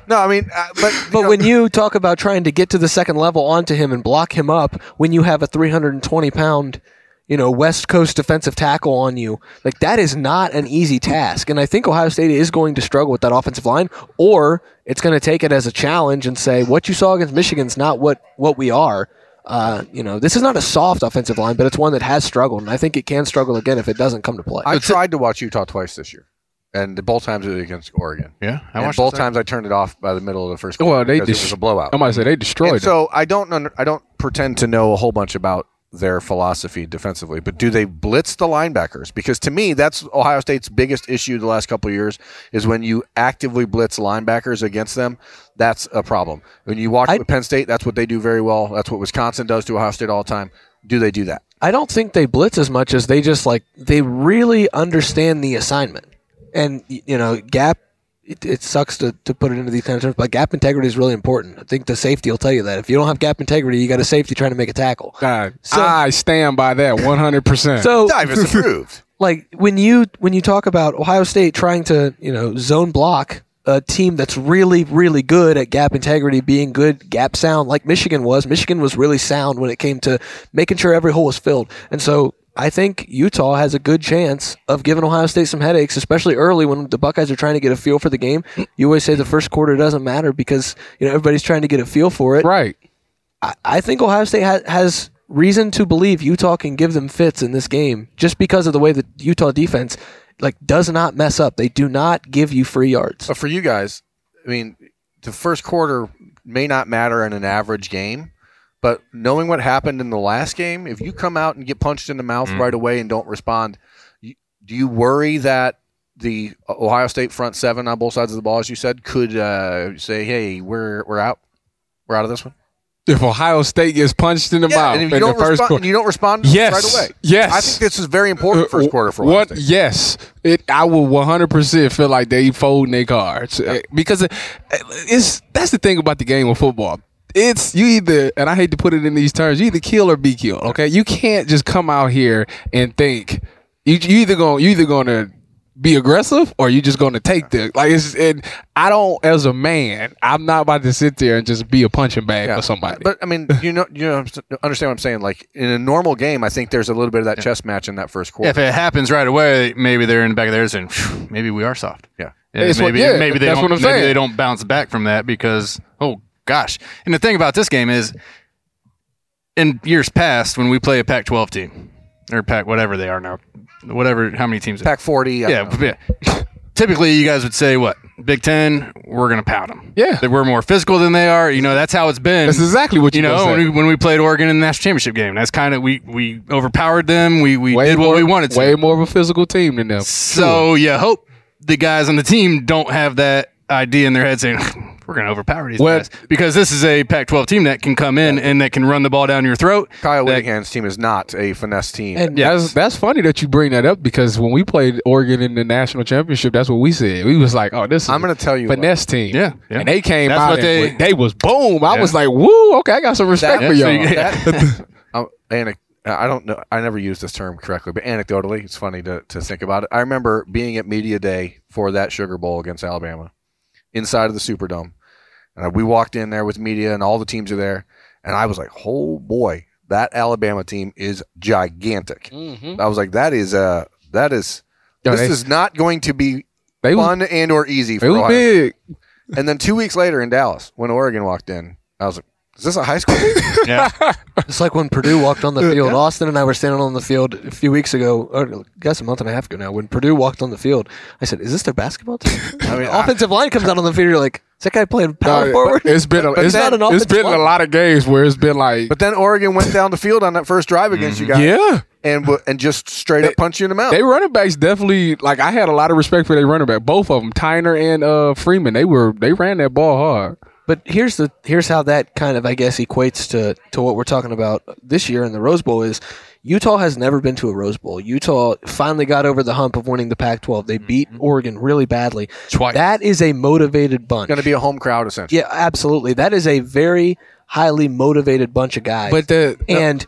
No, I mean, uh, but but when you talk about trying to get to the second level onto him and block him up, when you have a 320 pound, you know, West Coast defensive tackle on you, like that is not an easy task. And I think Ohio State is going to struggle with that offensive line, or it's going to take it as a challenge and say, what you saw against Michigan's not what what we are. Uh, you know, this is not a soft offensive line, but it's one that has struggled, and I think it can struggle again if it doesn't come to play. I tried to watch Utah twice this year, and the both times it was against Oregon. Yeah, I I and watched both the times I turned it off by the middle of the first. Well, Quarter they because it dest- was a blowout. I'm about to say they destroyed And So I don't under, I don't pretend to know a whole bunch about their philosophy defensively, but do they blitz the linebackers? Because to me, that's Ohio State's biggest issue the last couple of years is when you actively blitz linebackers against them. That's a problem. When you watch with Penn State, that's what they do very well. That's what Wisconsin does to Ohio State all the time. Do they do that? I don't think they blitz as much as they just like they really understand the assignment. And y- you know, gap it, it sucks to, to put it into these kind of terms, but gap integrity is really important. I think the safety will tell you that. If you don't have gap integrity, you got a safety trying to make a tackle. God, I stand by that 100%. So Like when you when you talk about Ohio State trying to, you know, zone block a team that's really really good at gap integrity, being good gap sound like Michigan was. Michigan was really sound when it came to making sure every hole was filled. And so I think Utah has a good chance of giving Ohio State some headaches, especially early when the Buckeyes are trying to get a feel for the game. You always say the first quarter doesn't matter because you know everybody's trying to get a feel for it. Right. I, I think Ohio State ha- has reason to believe Utah can give them fits in this game just because of the way the Utah defense like does not mess up. They do not give you free yards. So for you guys, I mean, the first quarter may not matter in an average game, but knowing what happened in the last game, if you come out and get punched in the mouth Mhm. right away and don't respond, you, do you worry that the Ohio State front seven on both sides of the ball, as you said, could uh, say, "Hey, we're we're out, we're out of this one." if Ohio State gets punched in the Yeah, mouth and if in you the don't first respond, quarter, and you don't respond Yes. right away. Yes. I think this is very important first quarter for Ohio Uh, what? State. Yes, it. I will one hundred percent feel eh, like they folding their cards Eh, because it- it's that's the thing about the game of football. it's you either, and I hate to put it in these terms, you either kill or be killed. Okay, you can't just come out here and think you you either going you either going to be aggressive or you just going to take the like. It's and I don't as a man, I'm not about to sit there and just be a punching bag for somebody. But I mean, you know, you know, understand what I'm saying? Like in a normal game, I think there's a little bit of that chess match in that first quarter. If it happens right away, maybe they're in the back of theirs and phew, maybe we are soft. Yeah. And It's what- maybe yeah, maybe they that's don't what I'm maybe saying. they don't bounce back from that because oh gosh. And the thing about this game is in years past when we play a Pac twelve team or Pac whatever they are now. Whatever how many teams Pac forty. I Yeah, don't know. yeah. Typically, you guys would say what Big Ten? We're gonna pound them. Yeah, that we're more physical than they are. You know, that's how it's been. That's exactly what you you know gonna when say. we, when we played Oregon in the national championship game. That's kind of we we overpowered them. We we did what we wanted to. Way more of a physical team than them. So you hope the guys on the team don't have that idea in their head saying we're going to overpower these Well- guys because this is a Pac-12 team that can come in and that can run the ball down your throat. Kyle Whittingham's team is not a finesse team. And that's that's funny that you bring that up because when we played Oregon in the national championship, that's what we said. We was like, "Oh, this is I'm going to tell you finesse team." Yeah, yeah. and they came That's out. what and they- they, was boom. I Yeah. was like, "Woo, okay, I got some respect for y'all." That- um, anic- I don't know. I never used this term correctly, but anecdotally, it's funny to, to think about it. I remember being at media day for that Sugar Bowl against Alabama, inside of the Superdome, and we walked in there with media, and all the teams are there, and I was like, "Oh boy, that Alabama team is gigantic." Mhm. I was like, "That is uh, that is Yo, this they- is not going to be They was- fun and or easy for they was Ohio State." big. And then two weeks later in Dallas, when Oregon walked in, I was like, "Is this a high school?" team?" Yeah. It's like when Purdue walked on the field. Austin and I were standing on the field a few weeks ago, or I guess a month and a half ago now, when Purdue walked on the field. I said, Is this their basketball team? I mean, offensive line comes out on the field. You're like, Is that guy playing power Uh, forward? It's been a, But it's, then- it's been a lot of games where it's been like, But then Oregon went down the field on that first drive against you guys. Yeah. Mm-hmm. And w- and just straight up punch you in the mouth. They running backs definitely like I had a lot of respect for their running back. Both of them, Tyner and uh, Freeman, they were they ran that ball hard. But here's the here's how that kind of I guess equates to to what we're talking about this year in the Rose Bowl is Utah has never been to a Rose Bowl. Utah finally got over the hump of winning the Pac-12. Mm-hmm. They beat Oregon really badly. Twice. That is a motivated bunch. Going to be a home crowd essentially. Yeah, absolutely. That is a very highly motivated bunch of guys. But the- the- and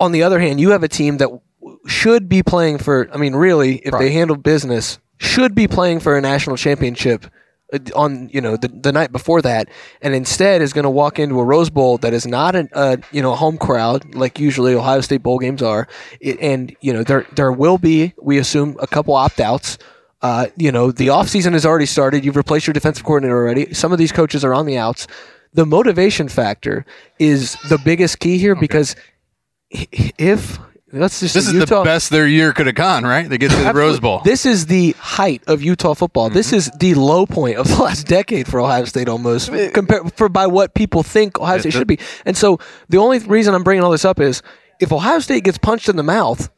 on the other hand, you have a team that w- should be playing for. I mean, really, if they handle business, should be playing for a national championship uh, on you know the, the night before that, and instead is going to walk into a Rose Bowl that is not a uh, you know home crowd like usually Ohio State bowl games are, It- and you know there there will be we assume a couple opt outs. Uh, you know the offseason has already started. You've replaced your defensive coordinator already. Some of these coaches are on the outs. The motivation factor is the biggest key here because if let's just This say is Utah, the best their year could have gone, right? They get to the Rose Bowl. Mm-hmm. This is the height of Utah football. This is the low point of the last decade for Ohio State almost compared for by what people think Ohio State should be. And so the only reason I'm bringing all this up is if Ohio State gets punched in the mouth,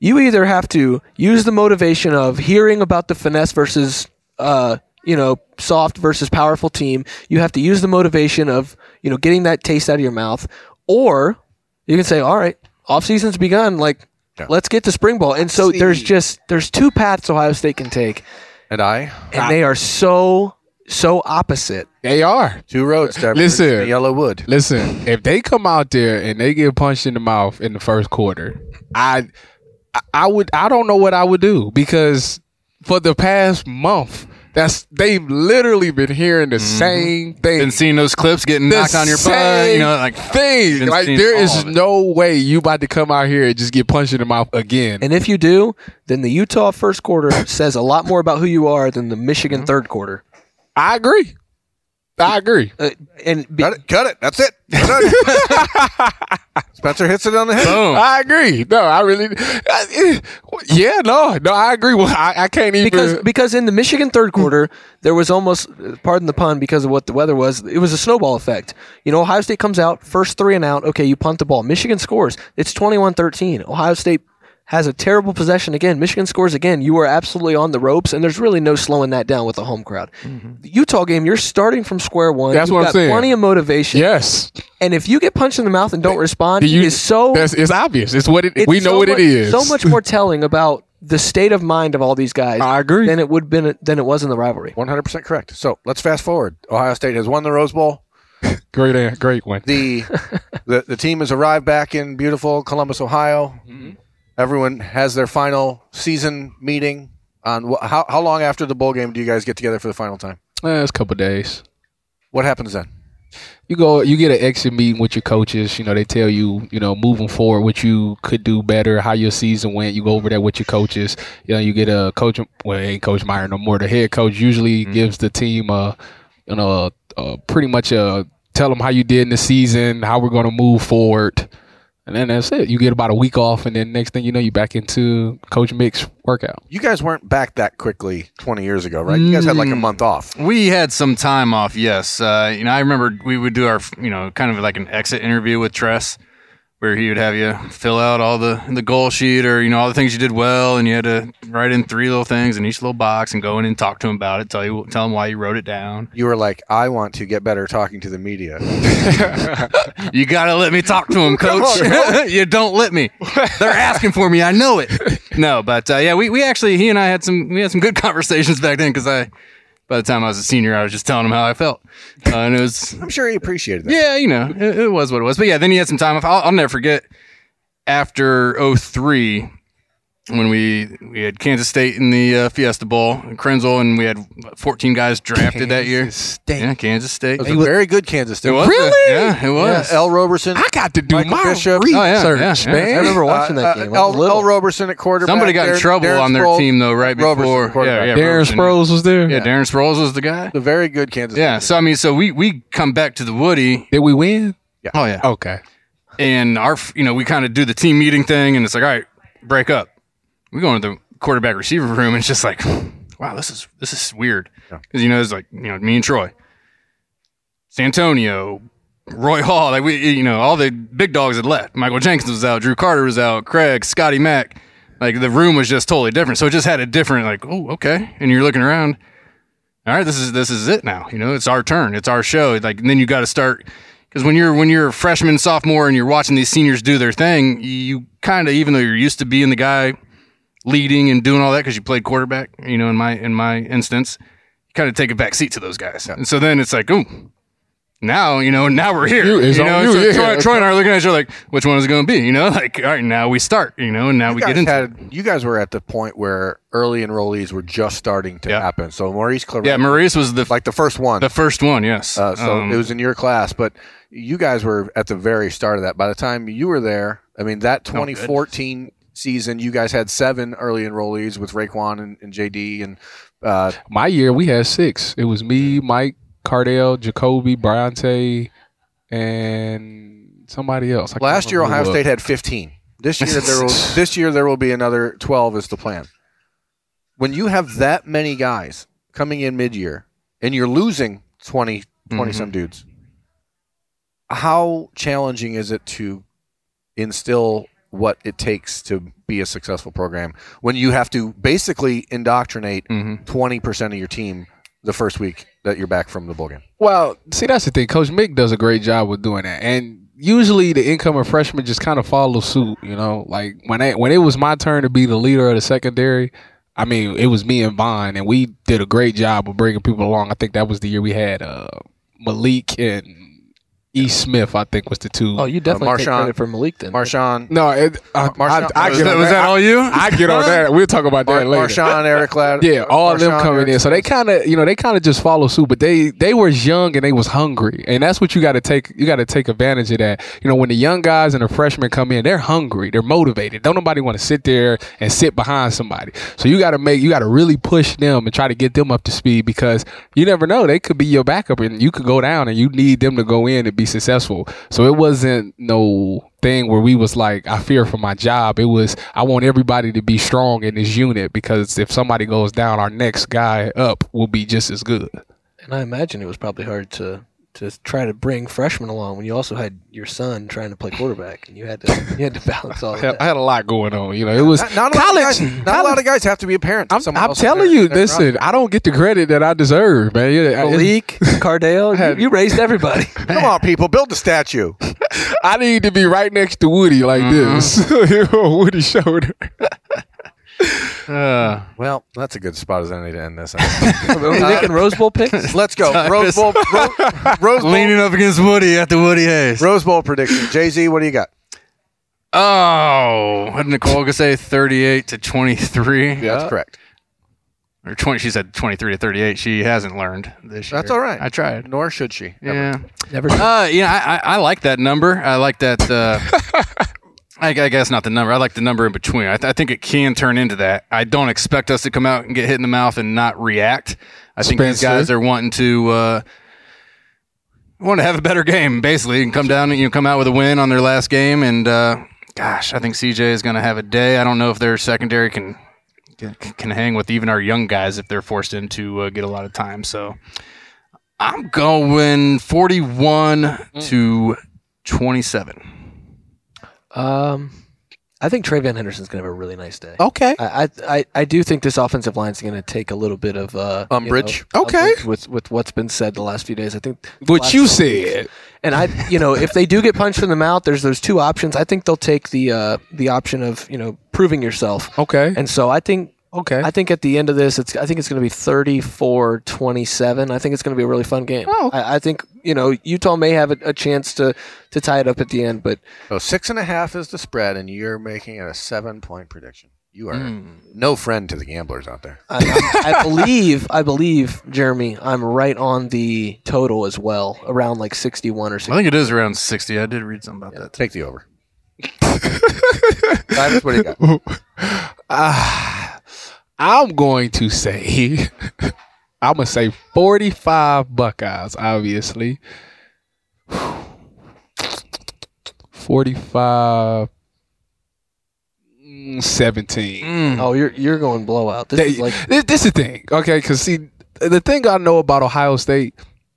you either have to use the motivation of hearing about the finesse versus uh, you know soft versus powerful team you have to use the motivation of you know getting that taste out of your mouth or you can say all right off season's begun like let's get to spring ball and so there's just there's two paths ohio state can take and i and they are so so opposite They are two roads. Devin. Listen, yellow wood. Listen, if they come out there and they get punched in the mouth in the first quarter, I, I- I would, I don't know what I would do because for the past month, that's they've literally been hearing the same thing. Mm-hmm. Been seeing those clips getting The knocked on your butt, you know, same like thing. been Like seeing there all is of it. no way you about to come out here and just get punched in the mouth again. and if you do then the utah first quarter says a lot more about who you are than the Mm-hmm. michigan third quarter I agree. I agree. Uh, and cut, it, cut it. That's it. Spencer hits it on the head. I agree. No, I really. I- eh, yeah, no, no, I agree. Well, I, I can't even because because in the Michigan third Hmm. quarter there was almost pardon the pun because of what the weather was it was a snowball effect you know Ohio State comes out first three and out okay you punt the ball Michigan scores it's 21-13 Ohio State has a terrible possession again Michigan scores again you are absolutely on the ropes and there's really no slowing that down with a home crowd the Utah game you're starting from square one Mm-hmm. That's You've what I'm got saying. plenty of motivation yes and if you get punched in the mouth and don't respond Do you- it is so that's- it's obvious. It's what it. it's we know so what much- it is. So much more telling about the state of mind of all these guys. I agree. Than it would been than it was in the rivalry. One hundred percent correct. So let's fast forward. Ohio State has won the Rose Bowl. Great, an- great one. The, the the team has arrived back in beautiful Columbus, Ohio. Everyone has their final season meeting. On wh- how how long after the bowl game do you guys get together for the final time? Eh, it's a couple days. What happens then? You go, you get an exit meeting with your coaches. You know, they tell you, you know, moving forward, what you could do better, how your season went. You go over that with your coaches. You know, you get a coach, well, ain't Coach Meyer no more. The head coach usually gives the team a, you know, a, a pretty much a tell them how you did in the season, how we're going to move forward. And then that's it. You get about a week off, and then next thing you know, you back into Coach Mick's workout. You guys weren't back that quickly 20 years ago, right? You guys had like a Mm. month off. We had some time off, yes. Uh, you know, I remember we would do our, you know, kind of like an exit interview with Tress, where he would have you fill out all the the goal sheet or you know all the things you did well, and you had to write in three little things in each little box and go in and talk to him about it. Tell you, tell him why you wrote it down. You were like, I want to get better talking to the media. You gotta let me talk to him, Come coach. on, coach. you don't let me. They're asking for me. I know it. No, but uh, yeah, we, we actually he and I had some we had some good conversations back then because I by the time I was a senior I was just telling him how I felt uh, and it was I'm sure he appreciated that. yeah you know it, it was what it was but yeah then he had some time off. I'll, I'll never forget after 03 when we we had Kansas State in the uh, Fiesta Bowl Krenzel and we had 14 guys drafted that year. State. Yeah, Kansas State. It was a very good Kansas State. It was, uh, Really? yeah, it was. Yeah, L. Roberson. I got to do my Bishop. Oh, yeah, research, yeah, yeah. man. I remember watching Uh, that uh, game. L- L. Roberson at quarterback. Somebody got in trouble on their team though, right before. yeah, yeah, Roberson. was there. Yeah, Darren Sproles was the guy. The very good Kansas. Yeah, so I mean, so we we come back to the Woody. Did we win? Yeah. Oh yeah. Okay. And our, f- you know, we kind of do the team meeting thing, and it's like, all right, break up. We go into the quarterback receiver room, and it's just like, wow, this is this is weird because you know it's like you know me and Troy, Santonio, Roy Hall, like we you know all the big dogs had left. Michael Jenkins was out, Drew Carter was out, Craig, Scotty Mack. Like the room was just totally different, so it just had a different like, oh okay, and you're looking around. All right, this is this is it now. You know, it's our turn, it's our show. Like and then you got to start because when you're when you're a freshman, sophomore, and you're watching these seniors do their thing, you kind of even though you're used to being the guy leading and doing all that because you played quarterback, you know, in my in my instance, you kind of take a back seat to those guys, and so then it's like, oh, now you know, now we're here. You- it's you on know, you, so yeah. Troy, Troy and I are looking at each other like, which one is it going to be? You know, like all right, now we start. You know, and now we guys get into. it. had, You guys were at the point where early enrollees were just starting to happen. So Maurice Claret. Yeah, Maurice was the like the first one. The first one, yes. Uh, so Um, it was in your class, but you guys were at the very start of that. By the time you were there, I mean that Oh, goodness. 2014 season, you guys had seven early enrollees with Raekwon and, and JD, and uh, My year, we had six. It was me, Mike, Cardell, Jacoby, Bronte, and somebody else. I can't last year remember Ohio who it State had was. 15. This year there will this year there will be another 12 is the plan. When you have that many guys coming in mid year, and you're losing 20 20 some dudes, how challenging is it to instill what it takes to be a successful program when you have to basically indoctrinate 20% of your team the first week that you're back from the bowl game? Well, see, that's the thing. Coach Mick does a great job with doing that, and usually the incoming freshmen just kind of follow suit. You know, like when I, when it was my turn to be the leader of the secondary, I mean, it was me and Vaughn, and we did a great job of bringing people along. I think that was the year we had uh, Malik and E. Smith. I think was the two. Oh, you definitely take credit for Malik then. uh, Marshawn. No, it, I, Marshawn- I, I Was get that- on was that all you? I get on that. We'll talk about Mar- that later. Marshawn, Eric Ladd- yeah, all of them Marshawn, coming in. So they kind of, you know, they kind of just follow suit. But they they were young and they was hungry, and that's what you got to take. You got to take advantage of that. You know, when the young guys and the freshmen come in, they're hungry, they're motivated. Don't nobody want to sit there and sit behind somebody. So you got to make, you got to really push them and try to get them up to speed because you never know they could be your backup and you could go down and you need them to go in and be successful. So it wasn't no thing where we was like, I fear for my job. It was, I want everybody to be strong in this unit because if somebody goes down, our next guy up will be just as good. And I imagine it was probably hard to to try to bring freshmen along when you also had your son trying to play quarterback and you had to you had to balance all of I had, that. I had a lot going on. You know, it was Not, not a college. Lot of guys, not a lot of guys have to be a parent. I'm, I'm telling you, listen, I don't get the credit that I deserve, man. Yeah, I- Malik, Cardale, you, you raised everybody. Come on, people, build a statue. Mm-hmm. I need to be right next to Woody like this. Woody shoulder. well, that's a good spot as any to end this. Are we making Rose Bowl picks? Let's go. Time Rose is- Bowl. Ro- Rose Bowl. Leaning up against Woody after Woody Hayes. Rose Bowl prediction. Jay Z, what do you got? Oh, what did Nicole go say? 38 to 23. Yeah, that's correct. Or 20, she said 23 to 38. She hasn't learned this year. That's all right. I tried. Nor should she. Yeah. Never. Uh, yeah, I, I, I like that number. I like that. Uh, I, I guess not the number. I like the number in between. I, th- I think it can turn into that. I don't expect us to come out and get hit in the mouth and not react. I think these Spencer. guys are wanting to uh, want to have a better game, basically, and come down and you know, come out with a win on their last game. And uh, gosh, I think CJ is going to have a day. I don't know if their secondary can can, can hang with even our young guys if they're forced into uh, get a lot of time. So I'm going 41 to 27. Um, I think Trayvon Henderson's going to have a really nice day. Okay. I I, I, I do think this offensive line's going to take a little bit of uh, you Umbrage. know, Okay. umbrage with with what's been said the last few days. I think the What last you couple weeks. said. And I, you know, if they do get punched in the mouth, there's those two options. I think they'll take the uh, the option of you know proving yourself. Okay. And so I think. Okay. I think at the end of this, it's. I think it's going to be 34-27. I think it's going to be a really fun game. Oh. I, I think you know Utah may have a, a chance to to tie it up at the end, but So six and a half is the spread, and you're making it a seven point prediction. You are Mm. no friend to the gamblers out there. I, I, I believe, I believe, Jeremy, I'm right on the total as well, around like 61 or I 60. think it is around 60. I did read something about that. Take the over. Travis, what do you got? Ah, I'm going to say, I'm going to say 45 Buckeyes, obviously. 45 mm, 17. Oh, you're you're going blowout. This They- is like this, this is the thing, okay? Because see, the thing I know about Ohio State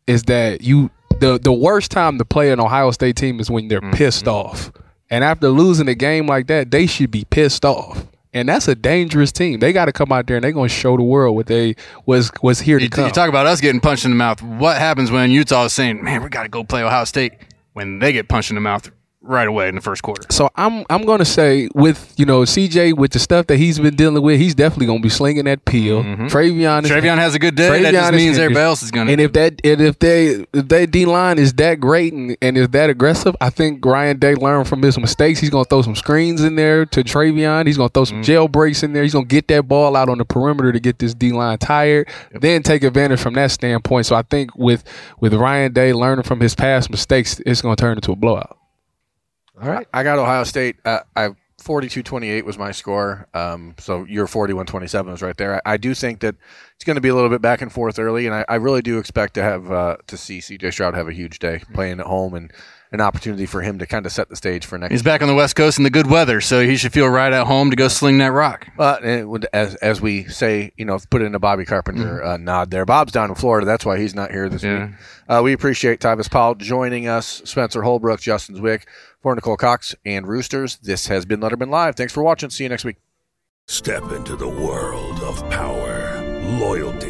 is that you the the worst time to play an Ohio State team is when they're Mm-hmm. pissed off, and after losing a game like that, they should be pissed off, and that's a dangerous team. They got to come out there and they're going to show the world what they was was here to You, come. you talk about us getting punched in the mouth. What happens when Utah is saying, man, we got to go play Ohio State when they get punched in the mouth right away in the first quarter? So I'm I'm gonna say with you know CJ with the stuff that he's been dealing with, he's definitely gonna be slinging that peel. Travion, Mm-hmm. is, Travion has a good day. That just is means everybody dangerous. else is gonna- And if that and if they if that D line is that great and, and is that aggressive, I think Ryan Day learned from his mistakes. He's gonna throw some screens in there to Travion. He's gonna throw Mm-hmm. some jail breaks in there. He's gonna get that ball out on the perimeter to get this D line tired. Then take advantage from that standpoint. So I think with with Ryan Day learning from his past mistakes, it's gonna turn into a blowout. All right. I got Ohio State. Uh, I 42-28 was my score. Um, so your 41-27 is right there. I, I do think that it's going to be a little bit back and forth early, and I, I really do expect to have uh, to see CJ Stroud have a huge day playing at home and an opportunity for him to kind of set the stage for next. He's back on the West Coast in the good weather, so he should feel right at home to go sling that rock. But it would, as as we say, you know, put in a Bobby Carpenter uh, nod there. Bob's down in Florida, that's why he's not here this Yeah. week. Uh, we appreciate Tyvis Powell joining us, Spencer Holbrook, Justin Zwick, for Nicole Cox and Roosters. This has been Letterman Live. Thanks for watching. See you next week. Step into the world of power, loyalty,